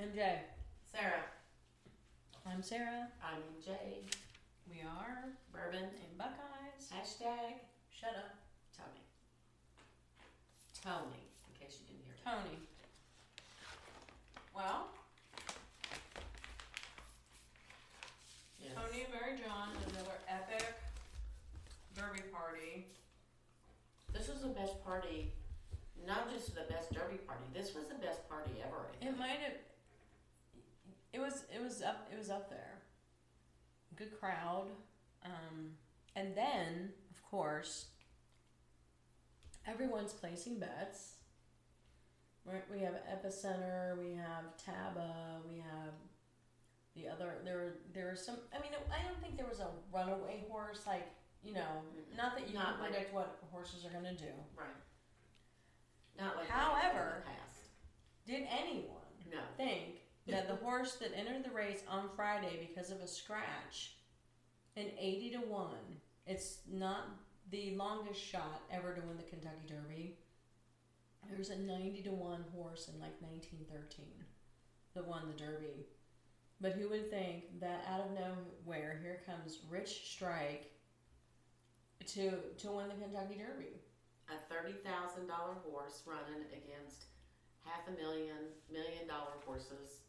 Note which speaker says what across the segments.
Speaker 1: I'm Jay.
Speaker 2: Sarah,
Speaker 1: I'm Sarah.
Speaker 2: I'm Jay.
Speaker 1: We are
Speaker 2: Bourbon
Speaker 1: in Buckeyes.
Speaker 2: hashtag
Speaker 1: Shut up,
Speaker 2: Tony. Tony, in case you didn't hear. it.
Speaker 1: Tony. Well,
Speaker 2: Yes.
Speaker 1: Tony and Mary John, another epic derby party.
Speaker 2: This was the best party, not just the best derby party. This was the best party ever. I
Speaker 1: It
Speaker 2: think.
Speaker 1: might have. It was. It was up. It was up there. Good crowd. Um, and then, of course, everyone's placing bets. Right, We have Epicenter. We have Taba. We have the other. There. were- There were some. I mean, I don't think there was a runaway horse. Like you know,
Speaker 2: Mm-mm.
Speaker 1: not that you
Speaker 2: Not
Speaker 1: can
Speaker 2: like-
Speaker 1: predict what horses are gonna do.
Speaker 2: Right. Not like
Speaker 1: However-
Speaker 2: past.
Speaker 1: Did anyone
Speaker 2: No.
Speaker 1: think that the horse that entered the race on Friday because of a scratch, an 80 to 1, it's not the longest shot ever to win the Kentucky Derby. There's a 90 to 1 horse in like 1913 that won the Derby. But who would think that out of nowhere, here comes Rich Strike to, to win the Kentucky Derby?
Speaker 2: a thirty thousand dollar horse running against half a million million dollar horses.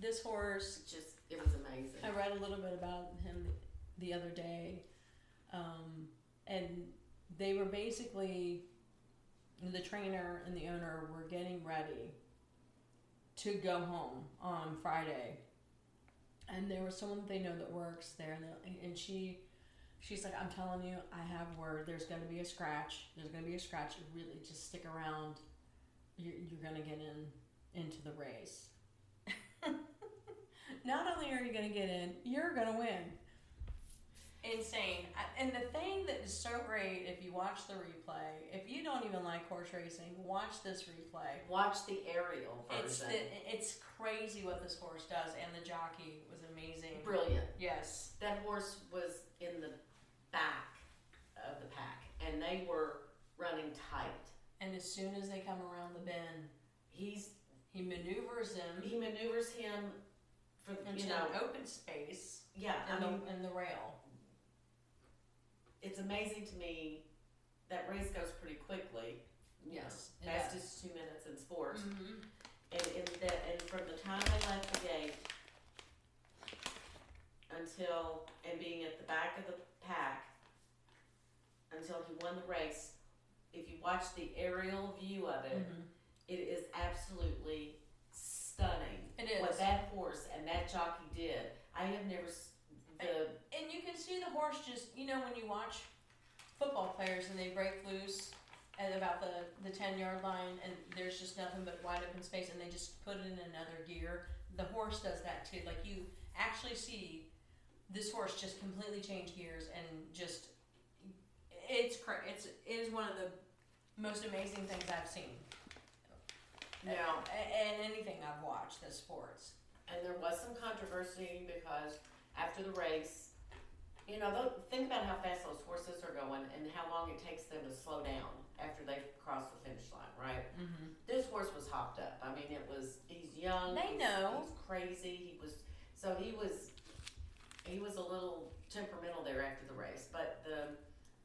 Speaker 1: This horse
Speaker 2: It's just it was amazing.
Speaker 1: I read a little bit about him the other day, um, and they were basically the trainer and the owner were getting ready to go home on Friday, and there was someone they know that works there, and, they- and she. She's like, I'm telling you, I have word. There's gonna be a scratch. There's gonna be a scratch. Really, just stick around. You're, you're gonna get in into the race not only are you going to get in, you're going to win. Insane. I- And the thing that is so great if you watch the replay, if you don't even like horse racing, watch this replay.
Speaker 2: Watch the aerial version.
Speaker 1: It's the, it's crazy what this horse does, and the jockey was amazing.
Speaker 2: Brilliant.
Speaker 1: Yes.
Speaker 2: That horse was in the back of the pack, and they were running tight.
Speaker 1: And as soon as they come around the bend,
Speaker 2: He's
Speaker 1: he maneuvers them
Speaker 2: he maneuvers him for
Speaker 1: into
Speaker 2: you know
Speaker 1: an open space
Speaker 2: yeah. I
Speaker 1: and,
Speaker 2: mean,
Speaker 1: the, and the rail.
Speaker 2: it's amazing to me that race goes pretty quickly. you know,
Speaker 1: Yes.
Speaker 2: fastest two minutes in sports.
Speaker 1: hmm
Speaker 2: and in the, and from the time I left the gate until and being at the back of the pack until he won the race, if you watch the aerial view of it,
Speaker 1: Mm-hmm.
Speaker 2: it is absolutely stunning
Speaker 1: It is.
Speaker 2: what that horse and that jockey did. I have never s- the
Speaker 1: and you can see the horse just you know when you watch football players and they break loose at about the, the 10 yard line and there's just nothing but wide open space and they just put it in another gear the horse does that too like you actually see this horse just completely change gears and just it's cra- it's it is one of the most amazing things i've seen
Speaker 2: now
Speaker 1: A- and anything i've watched this sports
Speaker 2: and there was some controversy because after the race, you know, tho- think about how fast those horses are going and how long it takes them to slow down after they've crossed the finish line, right?
Speaker 1: mm-hmm.
Speaker 2: This horse was hopped up. I mean, it was he's young.
Speaker 1: They
Speaker 2: he's-
Speaker 1: know.
Speaker 2: he's crazy. He was so he was he was a little temperamental there after the race, but the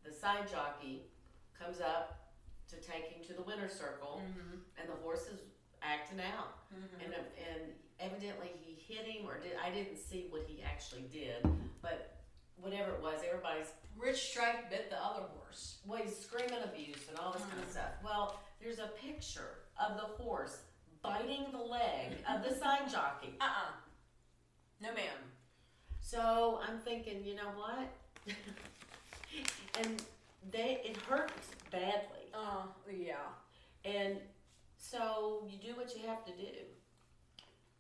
Speaker 2: the side jockey comes up to take him to the winner's circle,
Speaker 1: Mm-hmm.
Speaker 2: and the horse is acting out
Speaker 1: Mm-hmm.
Speaker 2: and and evidently he hit him or did I didn't see what he actually did, but whatever it was, everybody's
Speaker 1: rich strike bit the other horse
Speaker 2: well, he's screaming abuse and all this kind of stuff. Well, there's a picture of the horse biting the leg of the side jockey.
Speaker 1: Uh uh No, ma'am.
Speaker 2: So I'm thinking, you know what? and they it hurts badly,
Speaker 1: Uh, yeah.
Speaker 2: and so you do what you have to do.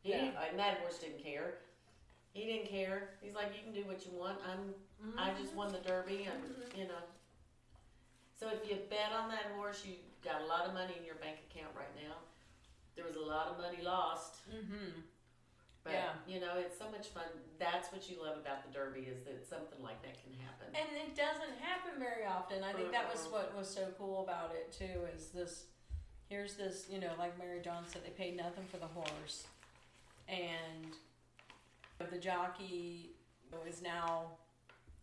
Speaker 2: He,
Speaker 1: Yeah.
Speaker 2: and that horse didn't care. He didn't care. He's like, you can do what you want. I'm I
Speaker 1: Mm-hmm.
Speaker 2: just won the Derby, and you know. So if you bet on that horse, you got a lot of money in your bank account right now. There was a lot of money lost,
Speaker 1: Mm-hmm.
Speaker 2: but
Speaker 1: Yeah.
Speaker 2: you know it's so much fun. That's what you love about the Derby is that something like that can happen.
Speaker 1: And it doesn't happen very often. I think that was what was so cool about it too. Is this here's this, you know, like Mary John said, they paid nothing for the horse, and the jockey is now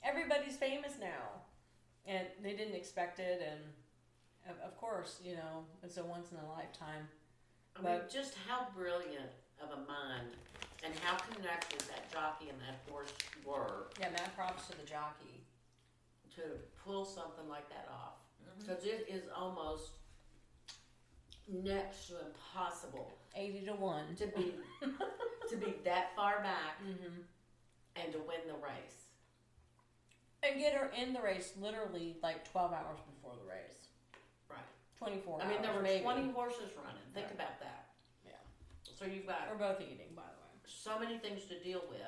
Speaker 1: everybody's famous now, and they didn't expect it, and of, of course, you know, it's a once in a lifetime.
Speaker 2: I mean,
Speaker 1: But-
Speaker 2: just how brilliant of a mind and how connected that jockey and that horse were
Speaker 1: Yeah, mad props to the jockey.
Speaker 2: to pull something like that off.
Speaker 1: Mm-hmm.
Speaker 2: Because it is almost next to impossible
Speaker 1: Eighty to one.
Speaker 2: to be to be that far back
Speaker 1: Mm-hmm.
Speaker 2: and to win the race.
Speaker 1: And get her in the race literally like 12 hours before the race.
Speaker 2: Right.
Speaker 1: 24
Speaker 2: I mean, there
Speaker 1: hours,
Speaker 2: were
Speaker 1: maybe.
Speaker 2: 20 horses running. Think
Speaker 1: Right.
Speaker 2: about that.
Speaker 1: Yeah.
Speaker 2: So you've got
Speaker 1: We're both eating, by the
Speaker 2: so many things to deal with.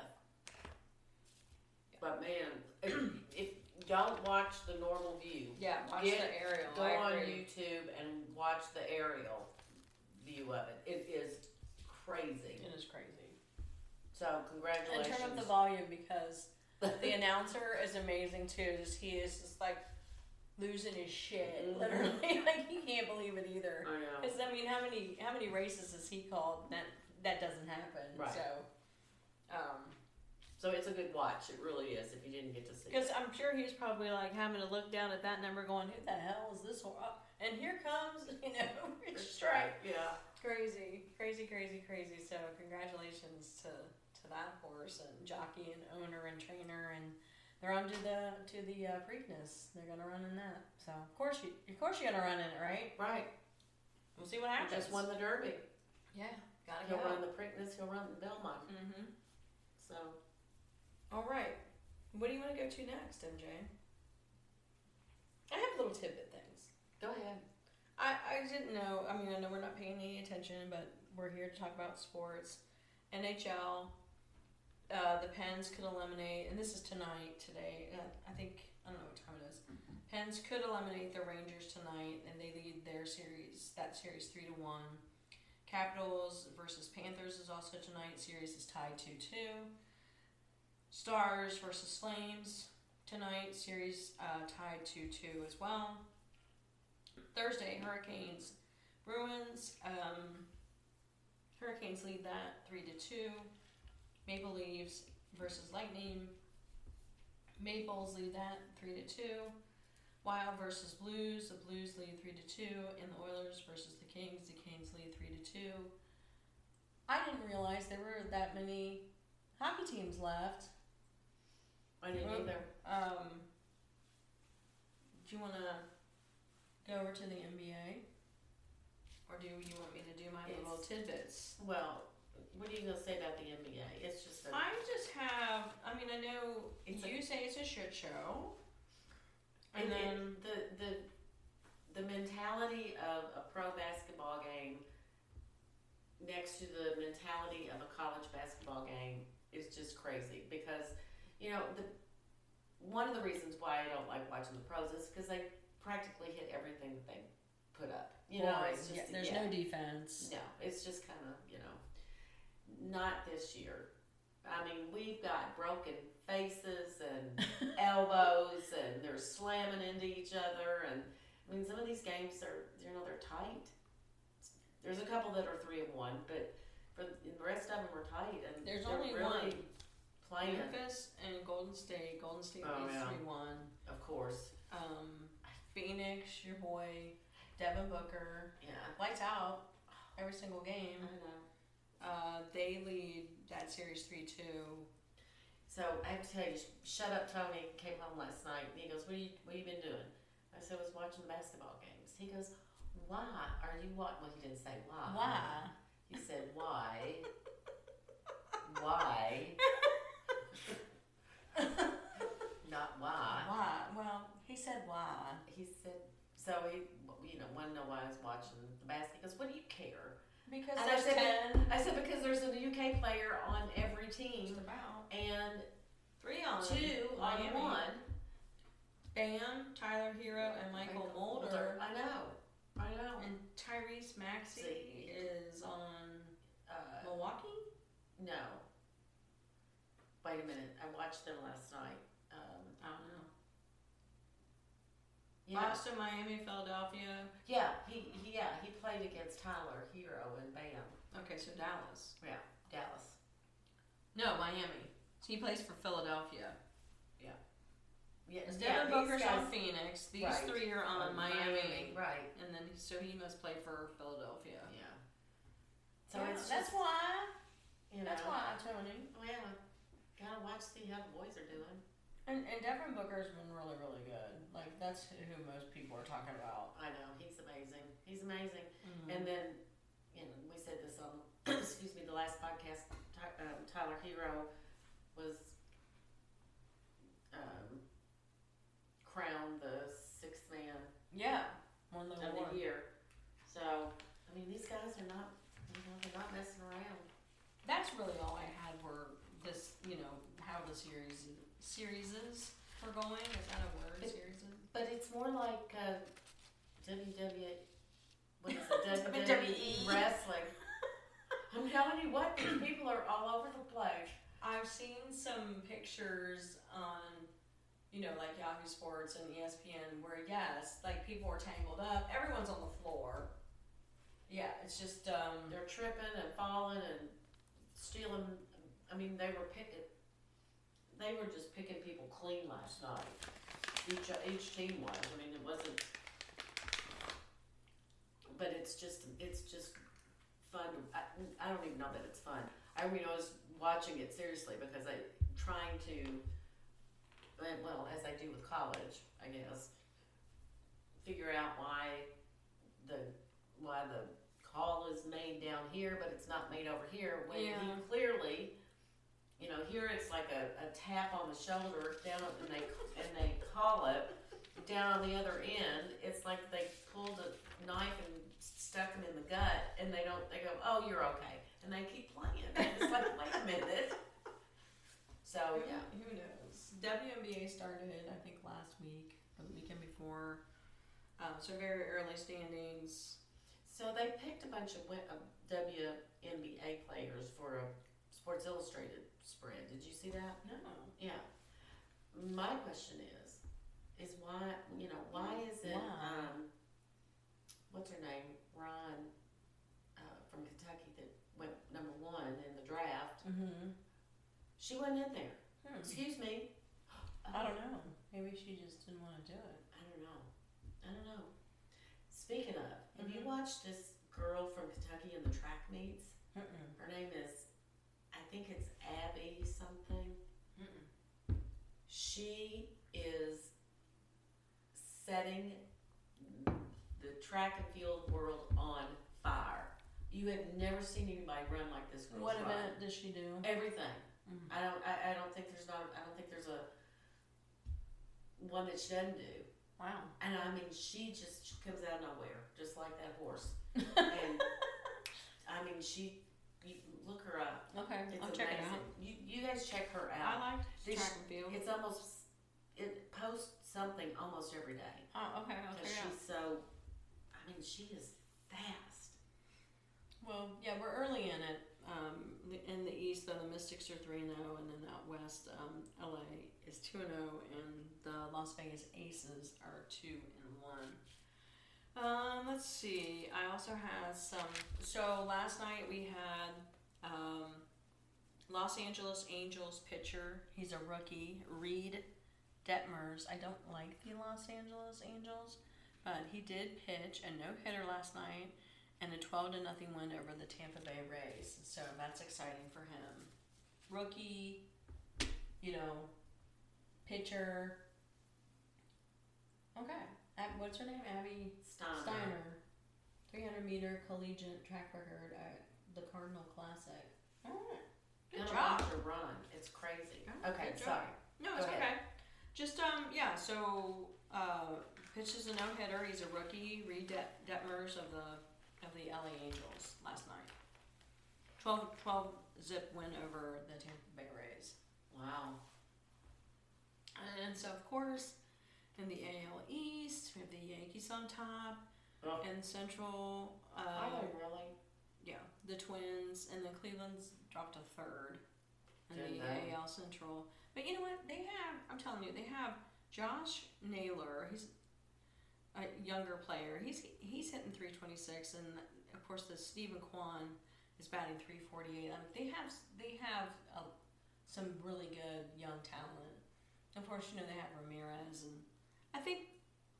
Speaker 2: But man, if, if don't watch the normal view,
Speaker 1: way. Yeah,
Speaker 2: watch Get- the
Speaker 1: aerial.
Speaker 2: go on YouTube and watch the aerial view of it. It is crazy.
Speaker 1: It is crazy.
Speaker 2: So
Speaker 1: And
Speaker 2: congratulations.
Speaker 1: turn up the volume because the announcer is amazing too. Just, he is just like losing his shit,
Speaker 2: Mhm.
Speaker 1: literally. like he can't believe it either.
Speaker 2: I know.
Speaker 1: Because I mean, how many how many races has he called? That that doesn't happen.
Speaker 2: Right.
Speaker 1: So, um,
Speaker 2: So it's a good watch. It really is. If you didn't get to see, it.
Speaker 1: Because I'm sure he's probably like having to look down at that number, going, "Who the hell is this?" Whore? Oh, And here comes, you know, Rich Strike.
Speaker 2: Yeah.
Speaker 1: Crazy, crazy, crazy, crazy. So congratulations to to that horse and jockey and owner and trainer, and they're on to the to the uh, Preakness. They're gonna run in that. So of course you, of course you're gonna run in it, right?
Speaker 2: Right.
Speaker 1: We'll see what
Speaker 2: He
Speaker 1: happens.
Speaker 2: just won the Derby.
Speaker 1: Yeah, gotta
Speaker 2: He'll
Speaker 1: go.
Speaker 2: run the Preakness. He'll run the Belmont.
Speaker 1: Mm-hmm.
Speaker 2: So
Speaker 1: All right. What do you want to go to next, MJ? I have little tidbit things.
Speaker 2: go ahead.
Speaker 1: I, I didn't know. I mean, I know we're not paying any attention, but we're here to talk about sports. NHL, uh, the Pens could eliminate, and this is tonight, today. uh, I think, I don't know what time it is. Pens could eliminate the Rangers tonight, and they lead their series, that series 3 to 1. Capitals versus Panthers is also tonight. Series is tied 2 2. Stars versus Flames tonight. Series uh, tied 2 2 as well. Thursday, Hurricanes, Bruins. Um, Hurricanes lead that three to two. Maple Leaves versus Lightning. Maples lead that three to two. Wild versus Blues. The Blues lead three to two, and the Oilers versus the Kings. The Kings lead three to two. I didn't realize there were that many hockey teams left.
Speaker 2: I didn't
Speaker 1: Well,
Speaker 2: either.
Speaker 1: Um, do you want to go over to the NBA? Or do you want me to do my
Speaker 2: Yes.
Speaker 1: little tidbits?
Speaker 2: Well, what are you gonna say about the NBA? It's just a
Speaker 1: I just have, I mean, I know
Speaker 2: It's a-
Speaker 1: you say it's a shit show. And
Speaker 2: And
Speaker 1: then,
Speaker 2: then the the the mentality of a pro basketball game next to the mentality of a college basketball game is just crazy because you know the one of the reasons why I don't like watching the pros is because they practically hit everything that they put up. You know, it's just
Speaker 1: yeah, there's
Speaker 2: yeah.
Speaker 1: no defense.
Speaker 2: No, it's just kind of, you know, not this year. I mean, we've got broken faces and elbows, and they're slamming into each other. And I mean, some of these games are, you know, they're tight. There's a couple that are three and one, but for the rest of them are tight. And
Speaker 1: There's
Speaker 2: they're
Speaker 1: only
Speaker 2: really
Speaker 1: one.
Speaker 2: playing,
Speaker 1: Memphis and Golden State. Golden State
Speaker 2: Oh,
Speaker 1: leads
Speaker 2: yeah.
Speaker 1: 3 1.
Speaker 2: of course.
Speaker 1: Um, Phoenix, your boy, Devin Booker.
Speaker 2: Yeah,
Speaker 1: Lights out every single game.
Speaker 2: I know.
Speaker 1: Uh, they lead that series 3 2.
Speaker 2: So I have to tell you, sh- shut up, Tony. Came home last night and he goes, "What are you? What you been doing?" I said, "I was watching the basketball games." He goes, "Why are you watching?" Well, he didn't say why.
Speaker 1: Why?
Speaker 2: He said, "Why? why? Not why."
Speaker 1: Why? Well, he said why.
Speaker 2: He said, "So he, you know, want to know why I was watching the basket?" He goes, "What do you care?"
Speaker 1: Because
Speaker 2: And I
Speaker 1: there's
Speaker 2: said
Speaker 1: ten.
Speaker 2: I said, "Because there's a UK player on every team
Speaker 1: about
Speaker 2: and
Speaker 1: three on
Speaker 2: two on
Speaker 1: Miami.
Speaker 2: one."
Speaker 1: Bam, Tyler Hero, and Michael Mulder,
Speaker 2: I know. I know.
Speaker 1: and Tyrese Maxey
Speaker 2: See.
Speaker 1: is on
Speaker 2: Uh,
Speaker 1: Milwaukee.
Speaker 2: no. Wait a minute. I watched them last night. Um,
Speaker 1: I don't know.
Speaker 2: Yeah,
Speaker 3: Lost to Miami, Philadelphia.
Speaker 2: yeah, he, he yeah he played against Tyler Hero and Bam
Speaker 3: Okay, so Dallas.
Speaker 2: Dallas.
Speaker 3: No, Miami. So he plays for Philadelphia.
Speaker 2: Yeah,
Speaker 3: As
Speaker 2: yeah,
Speaker 3: Devin
Speaker 2: these
Speaker 3: Booker's
Speaker 2: guys-
Speaker 3: on Phoenix. These
Speaker 2: Right.
Speaker 3: three are on
Speaker 2: Um,
Speaker 3: Miami.
Speaker 2: right?
Speaker 3: And then so he must play for Philadelphia.
Speaker 2: Yeah. So
Speaker 1: Yeah,
Speaker 2: it's
Speaker 1: that's
Speaker 2: just,
Speaker 1: why.
Speaker 2: you know,
Speaker 1: That's why, Tony.
Speaker 2: Well, gotta watch see how the boys are doing.
Speaker 1: And, and Devin Booker's been really, really good. Like, that's who most people are talking about.
Speaker 2: I know he's amazing. He's amazing.
Speaker 3: Mm-hmm.
Speaker 2: And then, you know, we said this on excuse me the last podcast. Ty- um, Tyler Hero was um, crowned the sixth man
Speaker 1: Yeah. One of the
Speaker 2: of the
Speaker 1: awards.
Speaker 2: year. So I mean, these guys are not you know they're not messing around.
Speaker 1: That's really all I had were this, you know, how the series series is
Speaker 3: we're going. Is that a word?
Speaker 2: It-
Speaker 3: Series?
Speaker 2: But it's more like uh, WWE. What is it?
Speaker 3: WWE.
Speaker 2: WWE wrestling. I'm telling you what, these people are all over the place.
Speaker 1: I've seen some pictures on, you know, like Yahoo Sports and E ESPN where, yes, like people are tangled up. Everyone's on the floor. Yeah, it's just, um,
Speaker 2: They're tripping and falling and stealing. I mean, they were picking. They were just picking people clean last night. Each each team was. I mean, it wasn't. But it's just it's just fun. I, I don't even know that it's fun. I mean, I was watching it seriously because I trying to. and, Well, as I do with college, I guess. Figure out why the why the call is made down here, but it's not made over here. When he
Speaker 3: Yeah.
Speaker 2: clearly, you know, here it's like a, a tap on the shoulder down, and they and they call it down on the other end. It's like they pulled a knife and stuck him in the gut, and they don't. They go, "Oh, you're okay," and they keep playing. And it's like, wait a minute. So
Speaker 1: who,
Speaker 2: yeah,
Speaker 1: who knows? WNBA started, I think, last week or the weekend before.
Speaker 3: Um, so very early standings.
Speaker 2: so they picked a bunch of uh, wi- of WNBA players for a Sports Illustrated spread. Did you see that?
Speaker 1: No.
Speaker 2: Yeah. My question is, is why you know why is it
Speaker 1: Why?
Speaker 2: um, what's her name Ron uh, from Kentucky that went number one in the draft?
Speaker 1: Mm-hmm.
Speaker 2: She wasn't in there.
Speaker 1: Hmm.
Speaker 2: Excuse me.
Speaker 1: I don't know. Maybe she just didn't want to do it.
Speaker 2: I don't know. I don't know. Speaking of, have
Speaker 1: Mhm.
Speaker 2: you watched this girl from Kentucky in the track meets?
Speaker 1: Mm-mm.
Speaker 2: Her name is, I think it's Abby something.
Speaker 1: Mm-mm.
Speaker 2: She is setting the track and field world on fire. You have never seen anybody run like this girl.
Speaker 1: What event does she do?
Speaker 2: Everything.
Speaker 1: Mhm.
Speaker 2: I don't. I, I don't think there's not. I don't think there's a one that she doesn't do.
Speaker 1: Wow.
Speaker 2: And I mean, she just she comes out of nowhere, just like that horse. And
Speaker 1: okay,
Speaker 2: I mean, she. You look her up. It's
Speaker 1: I'll
Speaker 2: amazing.
Speaker 1: check it out.
Speaker 2: You, you guys check her out.
Speaker 3: I liked
Speaker 2: They
Speaker 3: track
Speaker 2: sh-
Speaker 3: and field.
Speaker 2: It's almost it posts something almost every day
Speaker 3: Oh, okay, I'll
Speaker 2: because
Speaker 3: check it out.
Speaker 2: she's so. I mean, she is fast.
Speaker 3: Well, yeah, we're early in it. Um, the- in the East, though, the Mystics are 3 0, and then out West, um, LA is 2 0, and the Las Vegas Aces are 2 and 1. Um, let's see. I also had some. So last night we had um, Los Angeles Angels pitcher.
Speaker 1: He's a rookie, Reed Detmers. I don't like the Los Angeles Angels, but he did pitch a no hitter last night and a 12 to nothing win over the Tampa Bay Rays. So that's exciting for him. Rookie, you know, pitcher. Okay. Ab- What's her name? Abby
Speaker 3: Uh-huh.
Speaker 2: Steiner.
Speaker 1: Steiner. 300 meter collegiate track record at the Cardinal Classic. All right.
Speaker 3: Good
Speaker 2: Gotta
Speaker 3: job.
Speaker 2: watch her run. It's crazy.
Speaker 3: Oh,
Speaker 2: okay,
Speaker 3: good job.
Speaker 2: sorry.
Speaker 3: No,
Speaker 2: Go
Speaker 3: it's
Speaker 2: ahead.
Speaker 3: okay. Just um, yeah. So uh, pitches a no hitter. He's a rookie. Reed Det- Detmers of the of the LA Angels last night. 12, 12 zip win over the Tampa Bay Rays.
Speaker 2: Wow.
Speaker 3: And so of course, in the AL East, we have the Yankees on top.
Speaker 2: Oh.
Speaker 3: And Central,
Speaker 2: Are
Speaker 3: uh,
Speaker 2: they really?
Speaker 3: yeah, the Twins, and then Cleveland's dropped a third in
Speaker 2: Did
Speaker 3: the
Speaker 2: they?
Speaker 3: AL Central. But you know what? They have. I'm telling you, they have Josh Naylor. He's
Speaker 1: a younger player. He's he's hitting 326, and of course the Stephen Kwan is batting 348. I mean, they have they have a, some really good young talent. Of course, you know they have Ramirez, and I think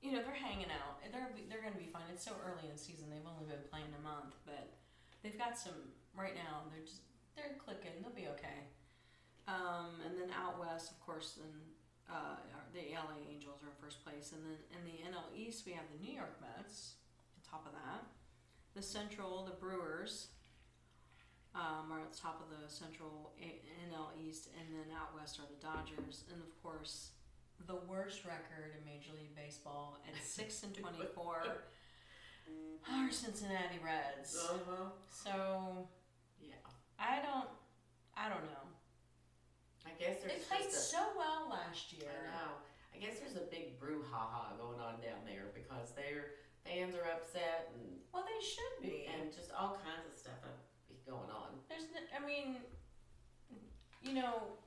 Speaker 1: you know they're hanging out. They're they're going to be fine. It's so early in the season; they've only been playing a month, but they've got some right now. They're just they're clicking. They'll be okay. Um, and then out west, of course, then uh, the LA Angels are in first place, and then in the NL East we have the New York Mets at the top of that. The Central, the Brewers um, are at the top of the Central A- NL East, and then out west are the Dodgers, and of course the worst record in Major League Baseball at six and twenty four are Cincinnati Reds.
Speaker 2: Uh-huh.
Speaker 1: So
Speaker 2: Yeah.
Speaker 1: I don't, I don't know.
Speaker 2: I guess
Speaker 4: They
Speaker 2: there's
Speaker 4: played
Speaker 2: just
Speaker 4: so well last
Speaker 2: a,
Speaker 4: year.
Speaker 2: I know. I guess there's a big brouhaha going on down there because their fans are upset and
Speaker 4: Well, they should be.
Speaker 2: and just all kinds of stuff up- is going on.
Speaker 4: There's, n- I mean, you know,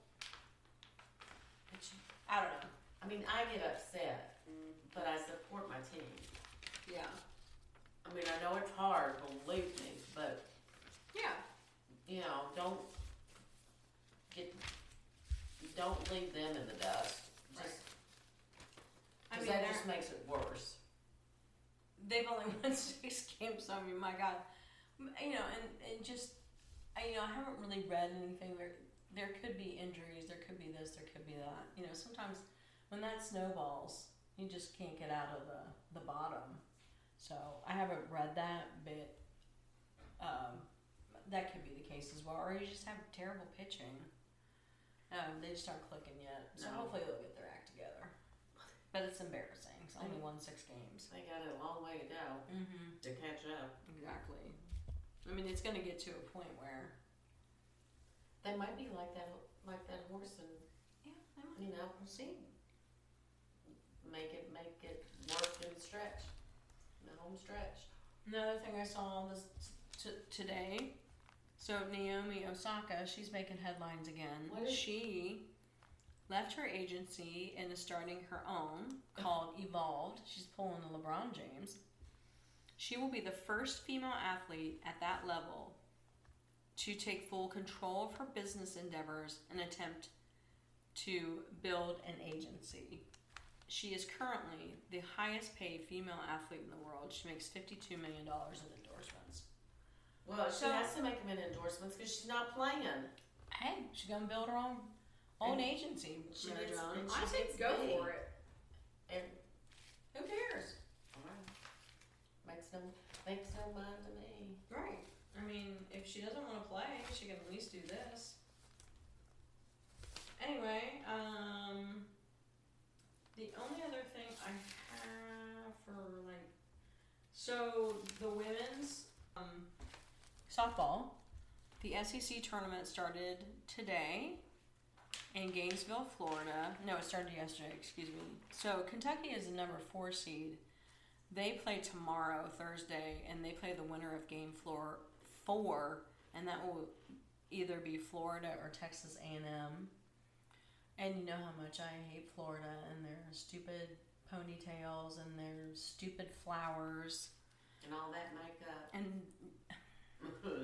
Speaker 4: it's- I don't know.
Speaker 2: I mean, I get upset,
Speaker 1: Mm-hmm.
Speaker 2: but I support my team.
Speaker 1: Yeah.
Speaker 2: I mean, I know it's hard, believe me, but
Speaker 1: Yeah.
Speaker 2: you know, don't get don't leave them in the dust. Just,
Speaker 1: Right. I
Speaker 2: 'cause
Speaker 1: mean,
Speaker 2: that
Speaker 1: they're-
Speaker 2: just makes it worse.
Speaker 1: they've only won six games. I mean, my God, M- you know, and, and just I, you know, I haven't really read anything. There, there could be injuries. There could be this. There could be that. You know, sometimes when that snowballs, you just can't get out of the the bottom. So I haven't read that, but um, that could be the case as well. Or you just have terrible pitching. Um, they just aren't clicking yet. So
Speaker 2: No.
Speaker 1: hopefully they'll get their act together. But it's embarrassing. It's only won six games.
Speaker 2: They got a long way to go
Speaker 1: Mm-hmm.
Speaker 2: to catch up.
Speaker 1: Exactly. I mean, it's going to get to a point where.
Speaker 2: They might be like that, like that horse, and
Speaker 1: Yeah,
Speaker 2: you know,
Speaker 1: We'll see.
Speaker 2: make it, make it work and stretch, the home stretch.
Speaker 1: Another thing I saw this t- today. So Naomi Osaka, she's making headlines again.
Speaker 2: What is-
Speaker 1: she left her agency and is starting her own called Evolved. She's pulling a LeBron James. She will be the first female athlete at that level to take full control of her business endeavors and attempt to build an agency. She is currently the highest paid female athlete in the world. She makes $52 million in endorsements.
Speaker 2: Well, she
Speaker 1: So-
Speaker 2: has to make them in endorsements because she's not playing.
Speaker 1: Hey, she's gonna build her own own agency.
Speaker 2: She
Speaker 1: Mary
Speaker 2: needs-
Speaker 1: Jo.
Speaker 2: and
Speaker 5: I
Speaker 2: she
Speaker 5: think
Speaker 2: gets
Speaker 5: go
Speaker 2: paid.
Speaker 5: for it.
Speaker 2: And
Speaker 4: Who cares?
Speaker 2: makes no makes no mind to me.
Speaker 1: Right. I mean, if she doesn't want to play, she can at least do this. Anyway, um, the only other thing I have for like, so the women's um, softball, the SEC tournament started today in Gainesville, Florida. No, it started yesterday. Excuse me. So Kentucky is the number four seed. They play tomorrow, Thursday, and they play the winner of game floor four, and that will either be Florida or Texas A&M. And you know how much I hate Florida and their stupid ponytails and their stupid flowers.
Speaker 2: And all that makeup.
Speaker 1: And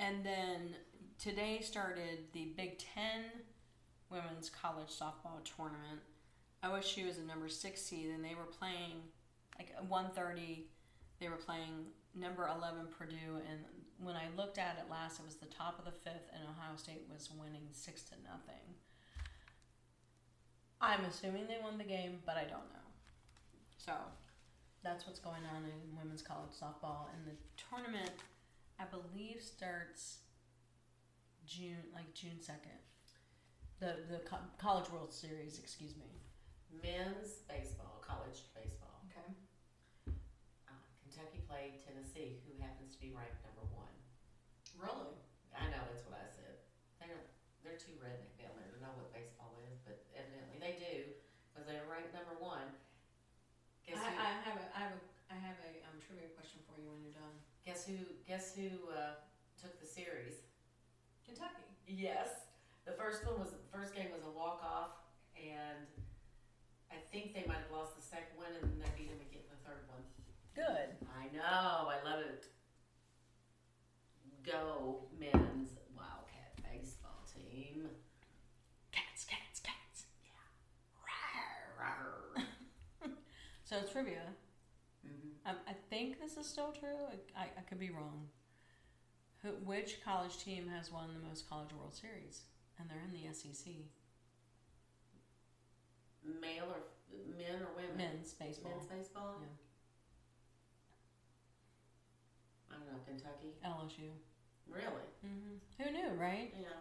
Speaker 1: and then today started the Big Ten women's college softball tournament. OSU is a number six seed, and they were playing like at 1:30. They were playing number 11 Purdue, and when I looked at it last, it was the top of the fifth, and Ohio State was winning six to nothing. I'm assuming they won the game, but I don't know. So that's what's going on in women's college softball, and the tournament I believe starts June, like June second. The the co- College World Series, excuse me.
Speaker 2: Men's baseball, college baseball.
Speaker 1: Okay.
Speaker 2: Uh, Kentucky played Tennessee, who happens to be ranked number one.
Speaker 1: Really?
Speaker 2: I know that's what I said. They're they're too redneck down there to know what baseball is, but evidently they do because they're ranked number one.
Speaker 1: I,
Speaker 2: Guess who?
Speaker 1: I have a I have a I have a um, trivia question for you when you're done.
Speaker 2: guess who? Guess who uh, took the series?
Speaker 1: Kentucky.
Speaker 2: Yes. The first one was first game was a walk off, and I think they might have lost the second one, and then they beat them again.
Speaker 6: Good.
Speaker 2: I know. I love it. Go men's Wildcat baseball team.
Speaker 6: Cats, cats, cats.
Speaker 2: Rawr, rawr.
Speaker 6: So trivia.
Speaker 2: Mhm.
Speaker 6: Um, I think this is still true. I, I, I could be wrong. Who, which college team has won the most college World Series? And they're in the E SEC.
Speaker 2: Male or men or women?
Speaker 6: Men's baseball.
Speaker 2: Men's baseball.
Speaker 6: Yeah.
Speaker 2: I don't know Kentucky.
Speaker 6: LSU.
Speaker 2: Really?
Speaker 1: Mm-hmm.
Speaker 6: hmm Who knew, right?
Speaker 2: Yeah.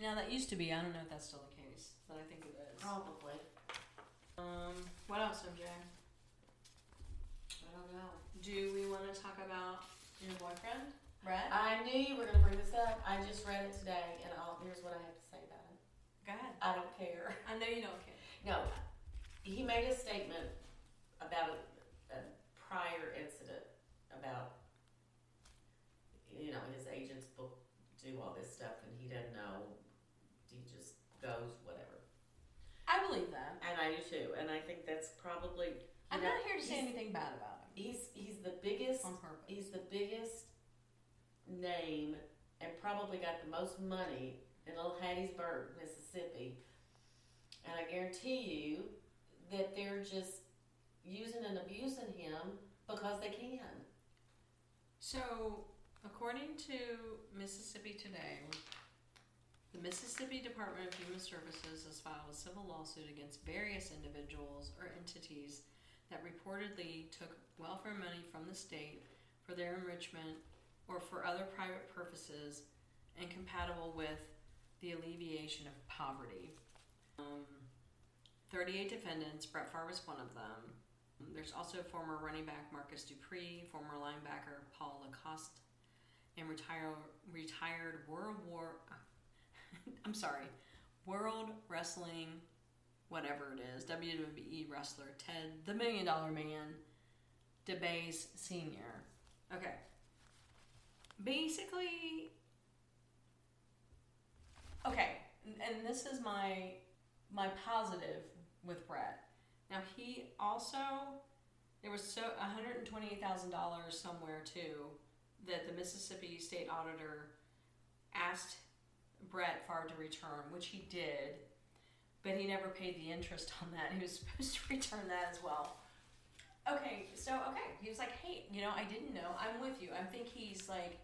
Speaker 6: Now that used to be. I don't know if that's still the case, but I think it is.
Speaker 2: Probably.
Speaker 1: Um, Oh, what else, MJ?
Speaker 2: I don't know.
Speaker 1: Do we want to talk about your boyfriend, Brett?
Speaker 2: I knew you were gonna bring this up. I just read it today, and I'll, here's what I have to say about it.
Speaker 1: Go ahead.
Speaker 2: I don't care.
Speaker 1: I know you don't care.
Speaker 2: No, he made a statement about a, a prior incident about you know his agents book do all this stuff, and he doesn't know. He just goes whatever,
Speaker 6: I believe that.
Speaker 2: and I do too. And I think that's probably you
Speaker 6: I'm
Speaker 2: know,
Speaker 6: not here to say
Speaker 2: he's-
Speaker 6: anything bad about
Speaker 2: He's he's the biggest
Speaker 6: him on purpose.
Speaker 2: He's the biggest name and probably got the most money in Little Hattiesburg, Mississippi. And I guarantee you that they're just using and abusing him because they can.
Speaker 1: So, according to Mississippi Today, the Mississippi Department of Human Services has filed a civil lawsuit against various individuals or entities that reportedly took welfare money from the state for their enrichment or for other private purposes incompatible with the alleviation of poverty. Um, 38 defendants, Brett Favre was one of them, there's also former running back Marcus Dupree, former linebacker Paul Lacoste, and retired retired World War. I'm sorry, World Wrestling, whatever it is, WWE wrestler Ted the Million Dollar Man, DeBase Senior. Okay. Basically,
Speaker 6: Okay, and this is my my positive with Brett.
Speaker 1: Now he also there was so one hundred and twenty eight thousand dollars somewhere too that the Mississippi state auditor asked Brett Favre to return, which he did, but he never paid the interest on that. He was supposed to return that as well. Okay, so okay, he was like, "Hey, you know, I didn't know. I'm with you. I think he's like."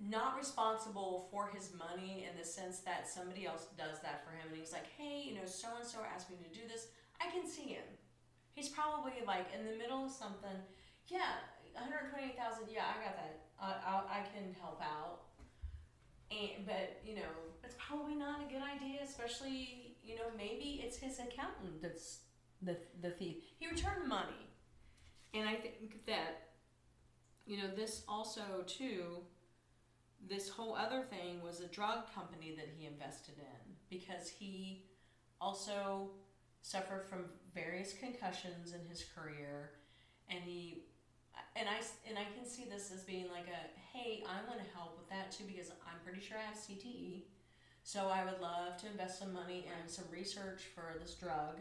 Speaker 1: Not responsible for his money in the sense that somebody else does that for him, and he's like, "Hey, you know, so and so asked me to do this. I can see him. He's probably like in the middle of something. Yeah, 128,000. Yeah, I got that. I, I, I can help out. And but you know, it's probably not a good idea, especially you know maybe it's his accountant that's
Speaker 6: The the thief. He returned the money.
Speaker 1: and I think that, you know, this also, too, this whole other thing was a drug company that he invested in because he also suffered from various concussions in his career and he and I and I can see this as being like a hey I want to help with that too because I'm pretty sure I have CTE so I would love to invest some money in some research for this drug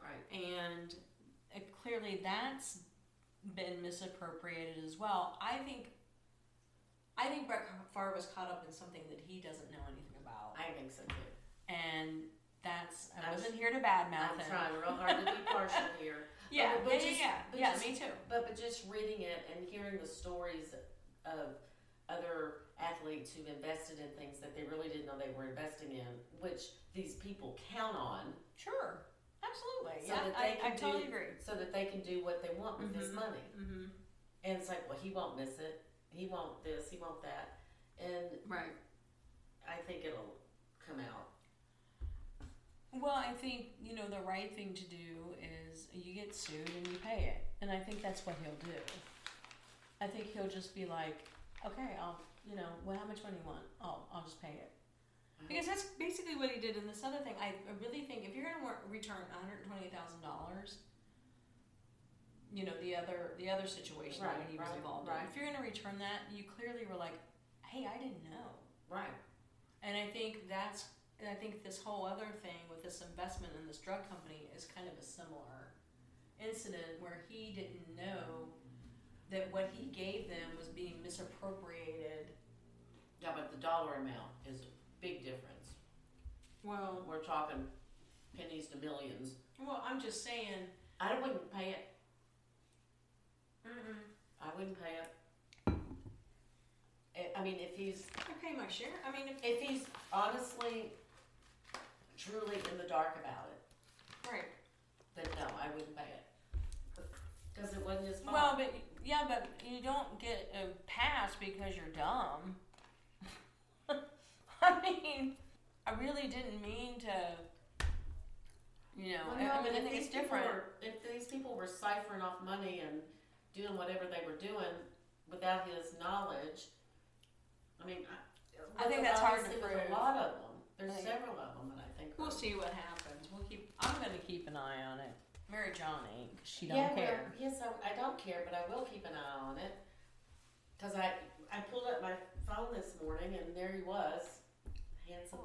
Speaker 2: Right.
Speaker 1: and uh, clearly that's been misappropriated as well. I think, I think Brett Favre was caught up in something that he doesn't know anything about,
Speaker 2: I think so too.
Speaker 1: and that's I
Speaker 2: I'm-
Speaker 1: wasn't here to badmouth
Speaker 2: I'm
Speaker 1: him.
Speaker 2: trying real hard to be partial here.
Speaker 1: Yeah,
Speaker 2: But- but
Speaker 1: yeah,
Speaker 2: just-
Speaker 1: yeah,
Speaker 2: but
Speaker 1: yeah,
Speaker 2: just-
Speaker 1: me too.
Speaker 2: But but just reading it and hearing the stories of other athletes who've invested in things that they really didn't know they were investing in, which these people count on
Speaker 6: Sure. Absolutely.
Speaker 2: So
Speaker 1: yeah,
Speaker 2: that
Speaker 1: I,
Speaker 2: they
Speaker 1: I
Speaker 2: can
Speaker 1: totally
Speaker 2: do-
Speaker 1: agree.
Speaker 2: so that they can do what they want with this
Speaker 1: Mhm.
Speaker 2: money.
Speaker 1: hmm
Speaker 2: And it's like, well, he won't miss it. He won't this. He won't that. And
Speaker 1: Right.
Speaker 2: I think it'll come out.
Speaker 6: Well, I think, you know, the right thing to do is you get sued and you pay it. And I think that's what he'll do. I think he'll just be like, okay, I'll, you know, well, how much money you want?
Speaker 1: Oh,
Speaker 6: I'll, I'll just pay it.
Speaker 1: Because that's basically what he did in this other thing. I I really think if you're going to wor- return one hundred twenty thousand dollars, you know the other the other situation
Speaker 2: Right,
Speaker 1: that he was
Speaker 2: right,
Speaker 1: involved
Speaker 2: right.
Speaker 1: in. If you're going to return that, you clearly were like, "Hey, I didn't know,"
Speaker 2: Right.
Speaker 1: and I think that's and I think this whole other thing with this investment in this drug company is kind of a similar incident where he didn't know that what he gave them was being misappropriated.
Speaker 2: Yeah, but the dollar amount is a big difference.
Speaker 3: Well,
Speaker 2: We're talking pennies to millions.
Speaker 1: Well, I'm just saying.
Speaker 2: I wouldn't pay it.
Speaker 1: Mm-mm.
Speaker 2: I wouldn't pay it. I- I mean, if he's
Speaker 3: I pay my share. I mean, if,
Speaker 2: if he's honestly, truly in the dark about it,
Speaker 3: right.
Speaker 2: then no, I wouldn't pay it because it wasn't his fault.
Speaker 1: Well, but yeah, but you don't get a pass because you're dumb. I mean, I really didn't mean to. You know,
Speaker 2: Well,
Speaker 1: I-
Speaker 2: no,
Speaker 1: I mean,
Speaker 2: but
Speaker 1: I
Speaker 2: if
Speaker 1: think it's
Speaker 2: these people
Speaker 1: different.
Speaker 2: Were, if these people were ciphering off money and doing whatever they were doing without his knowledge, I mean, I,
Speaker 1: I think that's hard to
Speaker 2: obviously there's
Speaker 1: prove.
Speaker 2: A lot of them. There's
Speaker 1: Like-
Speaker 2: several of them, and I think
Speaker 3: We'll
Speaker 2: are-
Speaker 3: see what happens. We'll keep.
Speaker 1: I'm gonna keep an eye on it. Mary John ain't. 'cause She don't
Speaker 2: yeah, well,
Speaker 1: care.
Speaker 2: yes, I, I don't care, but I will keep an eye on it because I I pulled up my phone this morning and there he was, handsome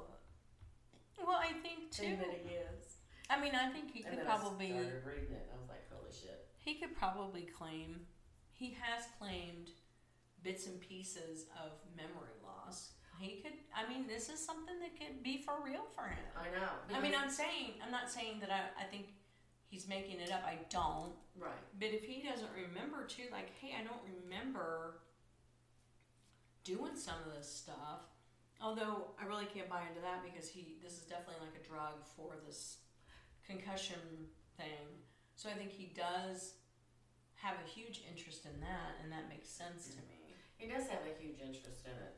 Speaker 1: Well, I think too.
Speaker 2: thing that he is.
Speaker 1: I mean, I think he
Speaker 2: and
Speaker 1: could
Speaker 2: then
Speaker 1: probably
Speaker 2: I started reading it. And I was like, holy shit.
Speaker 1: he could probably claim he has claimed bits and pieces of memory loss. He could. I mean, this is something that could be for real for him.
Speaker 2: I know.
Speaker 1: I mean,
Speaker 2: because-
Speaker 1: I'm saying I'm not saying that I, I think he's making it up. I don't.
Speaker 2: right.
Speaker 3: But if he doesn't remember too, like, hey, I don't remember
Speaker 1: doing some of this stuff.
Speaker 3: Although I really can't buy into that because he, this is definitely like a drug for this.
Speaker 1: concussion thing. So I think he does have a huge interest in that, and that makes sense to me.
Speaker 2: He does have a huge interest in it,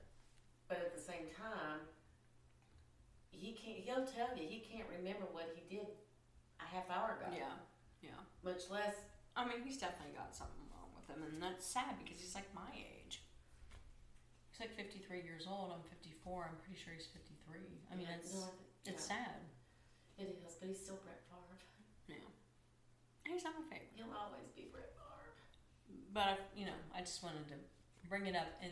Speaker 2: but at the same time, he can't. He'll tell you he can't remember what he did a half hour ago.
Speaker 3: Yeah,
Speaker 2: Much less.
Speaker 3: I mean he's definitely got something wrong with him, and that's sad because he's like my age.
Speaker 1: He's like 53 years old. I'm 54. I'm pretty sure he's 53. I mean, it's
Speaker 2: No,
Speaker 1: it's sad.
Speaker 2: It is, but he's still Brett Favre.
Speaker 3: And he's not my favorite,
Speaker 2: He'll always be Brett Favre.
Speaker 1: But I, you know, I just wanted to bring it up and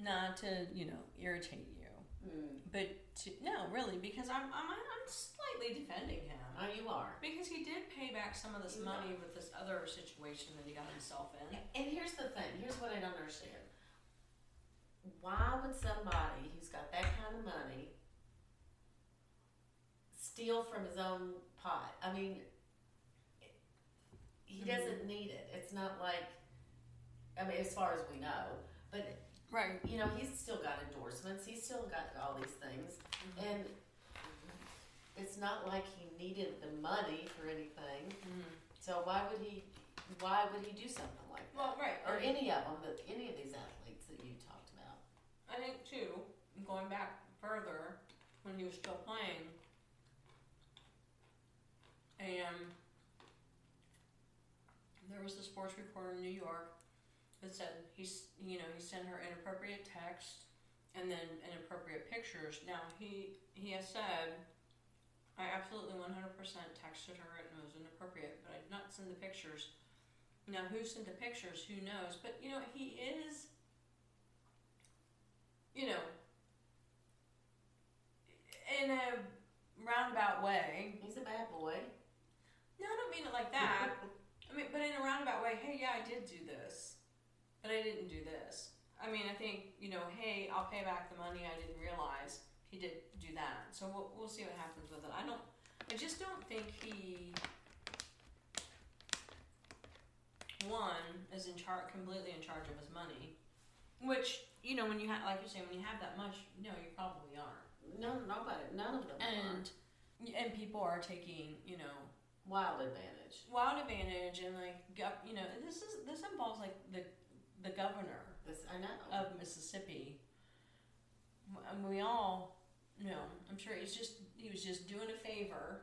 Speaker 1: not to you know irritate you,
Speaker 2: Mm.
Speaker 1: but to, no, really, because I'm I'm I'm slightly defending him
Speaker 2: Oh, you are.
Speaker 1: because he did pay back some of this
Speaker 2: Yeah.
Speaker 1: money with this other situation that he got himself in.
Speaker 2: And here's the thing. Here's what I don't understand. Why would somebody who's got that kind of money steal from his own pot? I mean, it- he doesn't need it. It's not like, I mean, as far as we know, but
Speaker 3: right?
Speaker 2: you know, he's still got endorsements. He's still got all these things,
Speaker 3: Mhm.
Speaker 2: and it's not like he needed the money for anything.
Speaker 1: Mm-hmm.
Speaker 2: So why would he? Why would he do something like that?
Speaker 1: Well, right,
Speaker 2: or any of them, but any of these athletes that you talked about.
Speaker 1: I think too, going back further when he was still playing, and there was a sports reporter in New York that said he's you know he sent her inappropriate text and then inappropriate pictures. Now he he has said. I absolutely 100% texted her and it was inappropriate, but I did not send the pictures. Now, who sent the pictures? Who knows? But, you know, he is you know, in a roundabout way.
Speaker 2: He's a bad boy.
Speaker 1: No, I don't mean it like that. I mean, but in a roundabout way, hey, yeah, I did do this, but I didn't do this. I mean, I think, you know, hey, I'll pay back the money I didn't realize he did do that. So we'll, we'll see what happens with it. I don't, I just don't think he, one, is in charge, completely in charge of his money, which, you know, when you have, like you're saying, when you have that much, no, you probably aren't.
Speaker 2: No, nobody, none of them are.
Speaker 1: And, and people are taking, you know,
Speaker 2: Wild advantage.
Speaker 1: wild advantage and like gov- you know and this is this involves like the the governor
Speaker 2: This I know.
Speaker 1: of Mississippi and we all know I'm sure he's just he was just doing a favor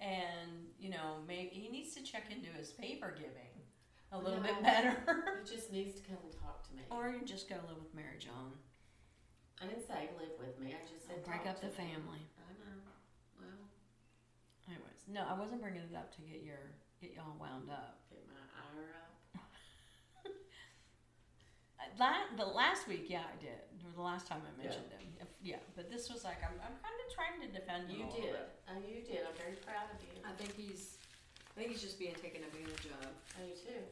Speaker 1: and you know maybe he needs to check into his favor giving a little bit
Speaker 2: No.
Speaker 1: better
Speaker 2: he just needs to come and talk to me.
Speaker 1: or you just gotta live with Mary John
Speaker 2: I didn't say live with me. I just said
Speaker 1: and break
Speaker 2: talk
Speaker 1: up
Speaker 2: to
Speaker 1: the
Speaker 2: me.
Speaker 1: family
Speaker 2: I know. Well,
Speaker 1: anyways no I wasn't bringing it up to get your get y'all wound up
Speaker 2: get my ire up.
Speaker 1: That, but last week, yeah, I did. Or the last time I mentioned him. If, yeah, but this was like I'm, I'm kind of trying to defend him. a
Speaker 2: You
Speaker 1: little
Speaker 2: did.
Speaker 1: bit.
Speaker 2: Uh, you did. I'm very proud of you.
Speaker 3: I think he's I think he's just being taken advantage of.
Speaker 2: I do too.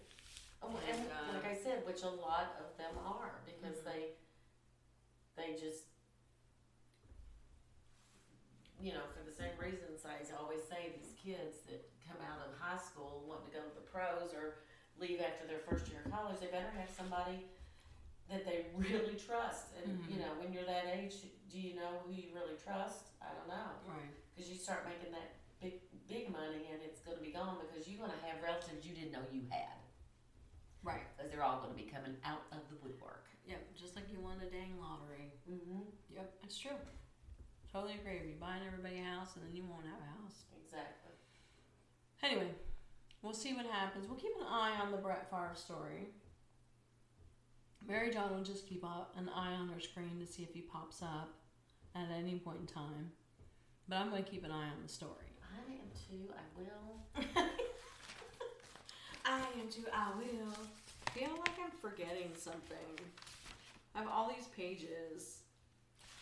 Speaker 2: Oh, well,
Speaker 3: And,
Speaker 2: and
Speaker 3: uh,
Speaker 2: like I said, which a lot of them are because
Speaker 3: Mhm.
Speaker 2: they they just you know for the same reasons I always say these kids that come out of high school wanting to go to the pros or leave after their first year of college, they better have somebody that they really trust. And you
Speaker 3: Mhm.
Speaker 2: know when you're that age, do you know who you really trust? I don't know
Speaker 3: Right.
Speaker 2: because you start making that big big money and it's going to be gone because you're going to have relatives you didn't know you had
Speaker 3: Right.
Speaker 2: because they're all going to be coming out of the woodwork.
Speaker 3: Yep. Just like you won a dang lottery.
Speaker 2: Mm-hmm.
Speaker 3: Yep. It's true. Totally agree. If you're buying everybody a house and then you won't have a house.
Speaker 2: Exactly.
Speaker 1: Anyway, we'll see what happens. We'll keep an eye on the Brett Favre story. Mary John will just keep a- an eye on her screen to see if he pops up at any point in time. But I'm going to keep an eye on the story.
Speaker 2: I am too. I will.
Speaker 3: I am too. I will. Feel like I'm forgetting something. I have all these pages.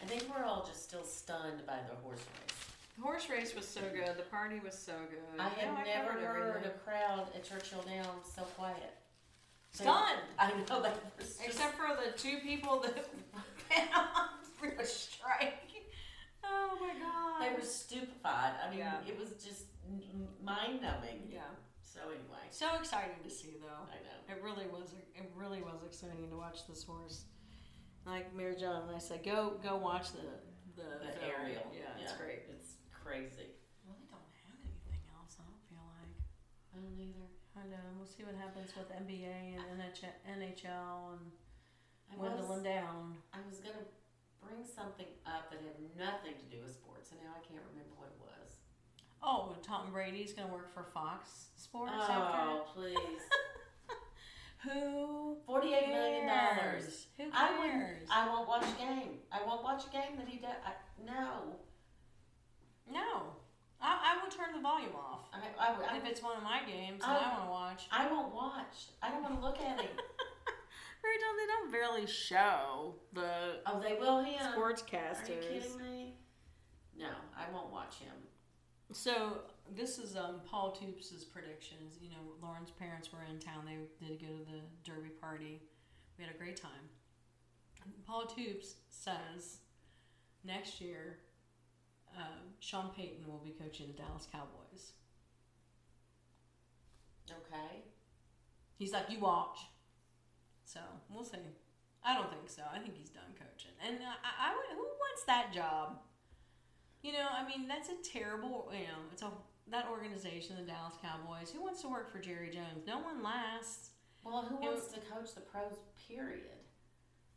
Speaker 2: I think we're all just still stunned by the horse race.
Speaker 3: The horse race was so good. The party was so good.
Speaker 2: I
Speaker 3: Yeah,
Speaker 2: have never
Speaker 3: covered
Speaker 2: heard
Speaker 3: everything.
Speaker 2: a crowd at Churchill Downs so quiet. They-
Speaker 3: Stunned.
Speaker 2: I know that was just,
Speaker 3: Except for the two people that went on for the strike. Oh my god.
Speaker 2: they were stupefied. I mean,
Speaker 3: Yeah.
Speaker 2: it was just mind numbing.
Speaker 3: yeah.
Speaker 2: So anyway,
Speaker 3: So exciting to see though.
Speaker 2: I know.
Speaker 3: It really was. It really was exciting to watch this horse. Like Mary John and I said, go go watch the the,
Speaker 2: The
Speaker 3: film.
Speaker 2: aerial.
Speaker 3: Yeah, it's great.
Speaker 2: It's crazy.
Speaker 1: really don't have anything else, I don't feel like.
Speaker 2: I don't either.
Speaker 1: I know. We'll see what happens with NBA and NH- NHL
Speaker 2: I
Speaker 1: and dwindling
Speaker 2: was,
Speaker 1: down.
Speaker 2: I was gonna bring something up that had nothing to do with sports, and now I can't remember what it was.
Speaker 1: Oh, Tom Brady's going to work for Fox Sports
Speaker 3: Oh,
Speaker 1: after.
Speaker 2: Oh, please!
Speaker 1: Who
Speaker 2: Forty-eight million dollars.
Speaker 1: cares? Who cares?
Speaker 2: I wouldn't. I won't watch a game. I won't watch a game that he does. I, no,
Speaker 1: No. I, I will turn the volume off.
Speaker 2: I, I, would- I,
Speaker 1: If it's one of my games that I
Speaker 3: Oh.
Speaker 2: I-
Speaker 1: want to watch.
Speaker 2: I won't watch. I don't want to look at him.
Speaker 3: Mary John, they don't barely show the
Speaker 2: Oh, they will him. Are you
Speaker 3: sportscasters.
Speaker 2: kidding me? No, I won't watch him.
Speaker 1: So this is um, Paul Toops' predictions. You know, Lauren's parents were in town. They did go to the derby party. We had a great time. Paul Toops says next year uh, Sean Payton will be coaching the Dallas Cowboys.
Speaker 2: Okay.
Speaker 1: He's like, you watch. So we'll see. I don't think so. I think he's done coaching. And uh, I, I would, who wants that job? You know, I mean, that's a terrible. You know, it's a that organization, the Dallas Cowboys. Who wants to work for Jerry Jones? No one lasts.
Speaker 2: Well, who
Speaker 1: You-
Speaker 2: wants to coach the pros? Period.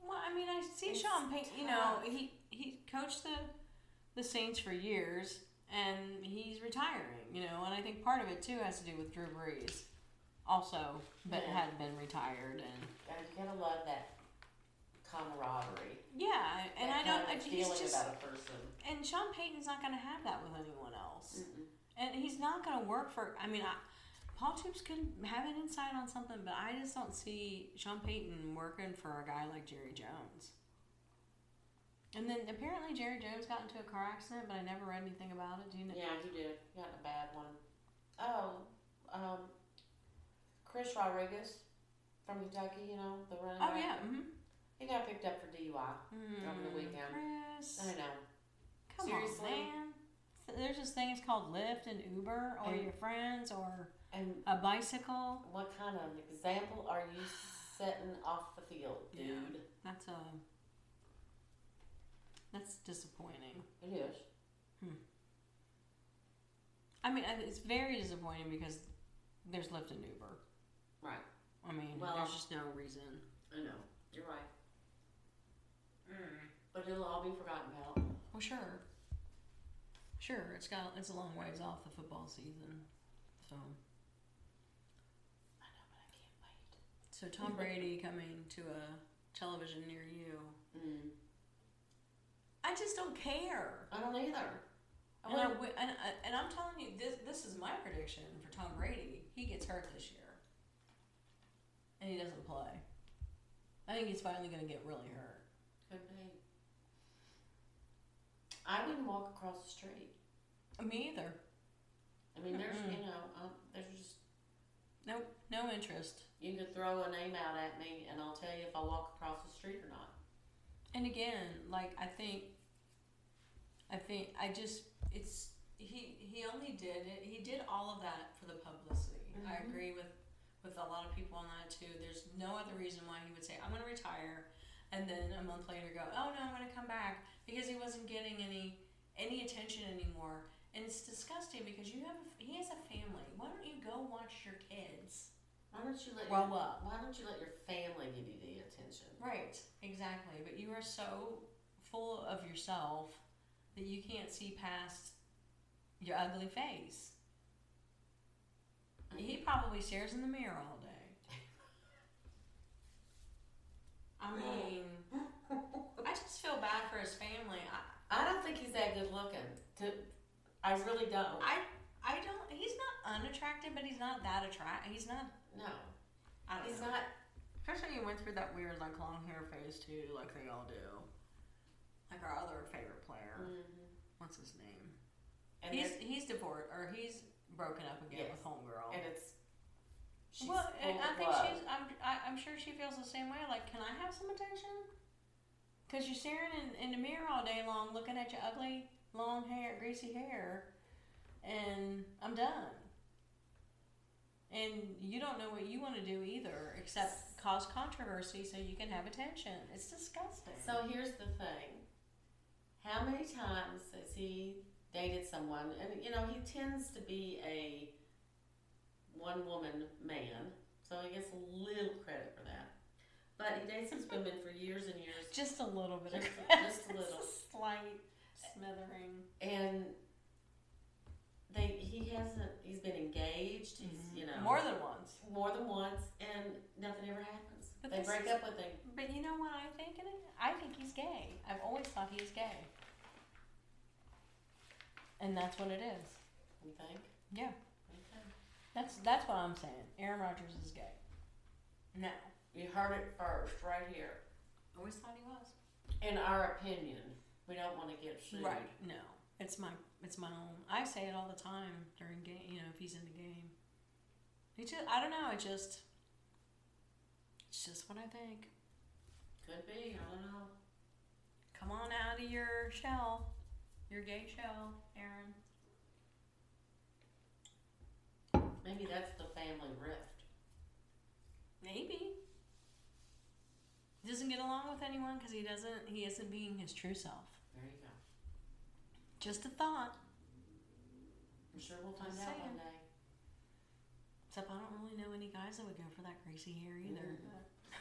Speaker 1: Well, I mean, I see
Speaker 2: It's
Speaker 1: Sean Payton. You know,
Speaker 2: tough.
Speaker 1: he he coached the the Saints for years, and he's retiring. You know, and I think part of it too has to do with Drew Brees, also, but
Speaker 2: Yeah.
Speaker 1: had been retired and.
Speaker 2: God, you gotta love that camaraderie.
Speaker 1: Yeah, and I
Speaker 2: that
Speaker 1: don't.
Speaker 2: Kind
Speaker 1: I,
Speaker 2: of
Speaker 1: he's
Speaker 2: feeling
Speaker 1: just
Speaker 2: about a person.
Speaker 1: and Sean Payton's not going to have that with anyone else,
Speaker 2: Mm-mm.
Speaker 1: and he's not going to work for. I mean, I, Paul Toops could have an insight on something, but I just don't see Sean Payton working for a guy like Jerry Jones. And then apparently Jerry Jones got into a car accident, but I never read anything about it. Do you know?
Speaker 2: Yeah, he did. He Got in a bad one. Oh, um, Chris Rodriguez from Kentucky. You know the running.
Speaker 1: Oh
Speaker 2: back.
Speaker 1: yeah. Mm-hmm. Mm,
Speaker 2: He got picked up for DUI. Over the weekend.
Speaker 1: Chris,
Speaker 2: I know.
Speaker 1: come
Speaker 2: seriously?
Speaker 1: on, man. There's this thing. It's called Lyft and Uber, or
Speaker 2: And-
Speaker 1: your friends, or
Speaker 2: And
Speaker 1: a bicycle.
Speaker 2: what kind of an example are you setting off the field, dude?
Speaker 3: Yeah.
Speaker 1: That's a. That's disappointing.
Speaker 2: It is.
Speaker 1: I mean, I- it's very disappointing because there's Lyft and Uber.
Speaker 2: Right.
Speaker 1: I mean,
Speaker 2: Well-
Speaker 1: there's just no reason.
Speaker 2: I know. You're right. But it'll all be forgotten about.
Speaker 1: Well, sure. Sure, it's got it's a long ways off the football season. So,
Speaker 2: I know, but I can't wait.
Speaker 1: so Tom Brady coming to a television near you.
Speaker 2: Mm.
Speaker 1: I just don't care.
Speaker 2: I don't either. I
Speaker 1: And, I
Speaker 2: wouldn't-
Speaker 1: wi- and, I- and I'm telling you, this this is my prediction for Tom Brady. He gets hurt this year, and he doesn't play. I think he's finally going to get really hurt.
Speaker 2: Good night. I wouldn't walk across the street.
Speaker 1: Me either.
Speaker 2: I mean, there's
Speaker 1: Mm-mm.
Speaker 2: you know, um, there's just
Speaker 1: No interest.
Speaker 2: you could throw a name out at me, and I'll tell you if I walk across the street or not.
Speaker 1: And again, like I think, I think I just it's he he only did it. He did all of that for the publicity. I
Speaker 2: Mhm.
Speaker 1: agree with with a lot of people on that too. There's no other reason why he would say I'm going to retire, and then a month later go, oh no, I'm going to come back because he wasn't getting any any attention anymore. And it's disgusting because you have a, he has a family. Why don't you go watch your kids
Speaker 2: Why don't you let
Speaker 1: grow
Speaker 2: your,
Speaker 1: up?
Speaker 2: Why don't you let your family give you the attention?
Speaker 1: Right, exactly. But you are so full of yourself that you can't see past your ugly face. He probably stares in the mirror all day. I mean, I just feel bad for his family. I,
Speaker 2: I don't think he's that good looking. To, I really don't.
Speaker 1: I, I don't. He's not unattractive, but he's not that attract. He's not.
Speaker 2: No,
Speaker 1: I don't
Speaker 2: he's
Speaker 1: know.
Speaker 2: not.
Speaker 3: Especially when you went through that weird like long hair phase too, like they all do. Like our other favorite player,
Speaker 2: Mhm.
Speaker 3: what's his name?
Speaker 2: And,
Speaker 1: he's
Speaker 2: it-
Speaker 1: he's divorced or he's broken up again
Speaker 2: Yes.
Speaker 1: with homegirl.
Speaker 2: and it's. She's
Speaker 1: well, I
Speaker 2: full
Speaker 1: I
Speaker 2: of
Speaker 1: think
Speaker 2: love.
Speaker 1: she's. I'm. I, I'm sure she feels the same way. Like, can I have some attention? Because you're staring in, in the mirror all day long, looking at your ugly, long hair, greasy hair, and I'm done. And you don't know what you want to do either, except cause controversy so you can have attention. It's disgusting.
Speaker 2: So here's the thing. How many times has he dated someone? And you know, he tends to be a one woman man, so he gets a little credit for that. But he dates these women for years and years.
Speaker 1: just a little bit
Speaker 2: Just-
Speaker 1: of
Speaker 2: just a little.
Speaker 1: slight smithering.
Speaker 2: And they he hasn't he's been engaged, he's you know
Speaker 1: Mm-hmm. More than once.
Speaker 2: more than once and nothing ever happens.
Speaker 1: But
Speaker 2: they
Speaker 1: this
Speaker 2: break
Speaker 1: is-
Speaker 2: up with him.
Speaker 1: But you know what I'm thinking? of? I think he's gay. I've always thought he's gay. And that's what it is.
Speaker 2: You think?
Speaker 1: Yeah.
Speaker 2: Okay.
Speaker 1: That's that's what I'm saying. Aaron Rodgers is gay. No.
Speaker 2: You heard it first, right here.
Speaker 1: Always thought he was.
Speaker 2: in our opinion, we don't want to get sued.
Speaker 1: Right. No. It's my it's my own. I say it all the time during game. You know, if he's in the game. He just I don't know. It just it's just what I think.
Speaker 2: Could be. I don't know.
Speaker 1: Come on out of your shell, your gay shell, Aaron.
Speaker 2: Maybe that's the family rift.
Speaker 1: Maybe. He doesn't get along with anyone because he doesn't. He isn't being his true self.
Speaker 2: There you go.
Speaker 1: Just a thought.
Speaker 2: I'm sure we'll find
Speaker 1: Just
Speaker 2: out
Speaker 1: saying.
Speaker 2: one day.
Speaker 1: Except I don't really know any guys that would go for that greasy hair either.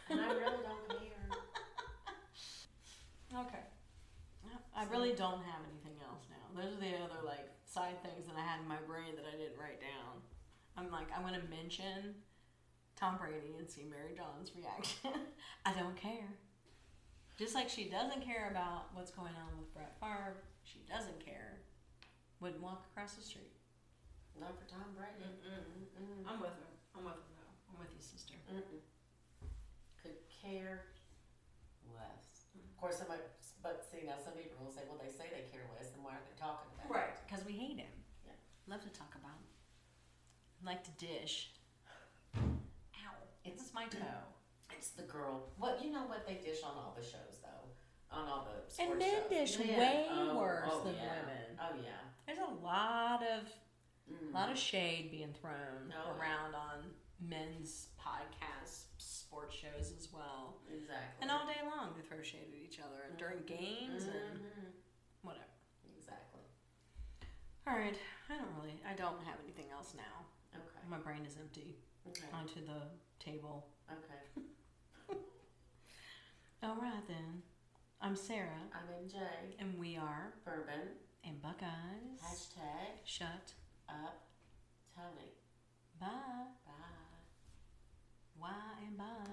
Speaker 2: And I really don't care.
Speaker 1: Okay. I really don't have anything else now. Those are the other like side things that I had in my brain that I didn't write down. I'm like, I'm gonna mention Tom Brady and see Mary John's reaction. I don't care. Just like she doesn't care about what's going on with Brett Favre, she doesn't care. Wouldn't walk across the street.
Speaker 2: Not for Tom Brady. Mm-mm.
Speaker 3: I'm with her. I'm with her though.
Speaker 1: I'm with you, sister.
Speaker 2: Mm-mm. Could care less. Of course, somebody, but see, now some people will say, well, they say they care less, then why aren't they talking about it?
Speaker 1: Because we hate him.
Speaker 2: Yeah.
Speaker 1: Love to talk about him. Like to dish. Ow. It's my toe.
Speaker 2: It's the girl. Well, you know what? They dish on all the shows, though. On all the sports
Speaker 1: And men
Speaker 2: shows.
Speaker 1: dish way
Speaker 2: Oh,
Speaker 1: worse
Speaker 2: oh,
Speaker 1: than
Speaker 2: yeah.
Speaker 1: women.
Speaker 2: Oh, yeah.
Speaker 1: There's a lot of
Speaker 2: Mm.
Speaker 1: lot of shade being thrown
Speaker 2: Oh, yeah.
Speaker 1: around on men's podcasts, sports shows as well.
Speaker 2: Exactly.
Speaker 1: And all day long they throw shade at each other and
Speaker 2: Mm-hmm.
Speaker 1: during games and
Speaker 2: Mhm.
Speaker 1: whatever.
Speaker 2: Exactly.
Speaker 1: Alright. I don't really I don't have anything else now.
Speaker 2: Okay.
Speaker 1: My brain is empty.
Speaker 2: Okay.
Speaker 1: Onto the table.
Speaker 2: Okay.
Speaker 1: Alright then. I'm Sarah.
Speaker 2: I'm MJ.
Speaker 1: And we are
Speaker 2: Bourbon.
Speaker 1: and Buckeyes.
Speaker 2: Hashtag
Speaker 1: Shut.
Speaker 2: up Tony.
Speaker 1: Bye.
Speaker 2: Bye.
Speaker 1: Why and bye.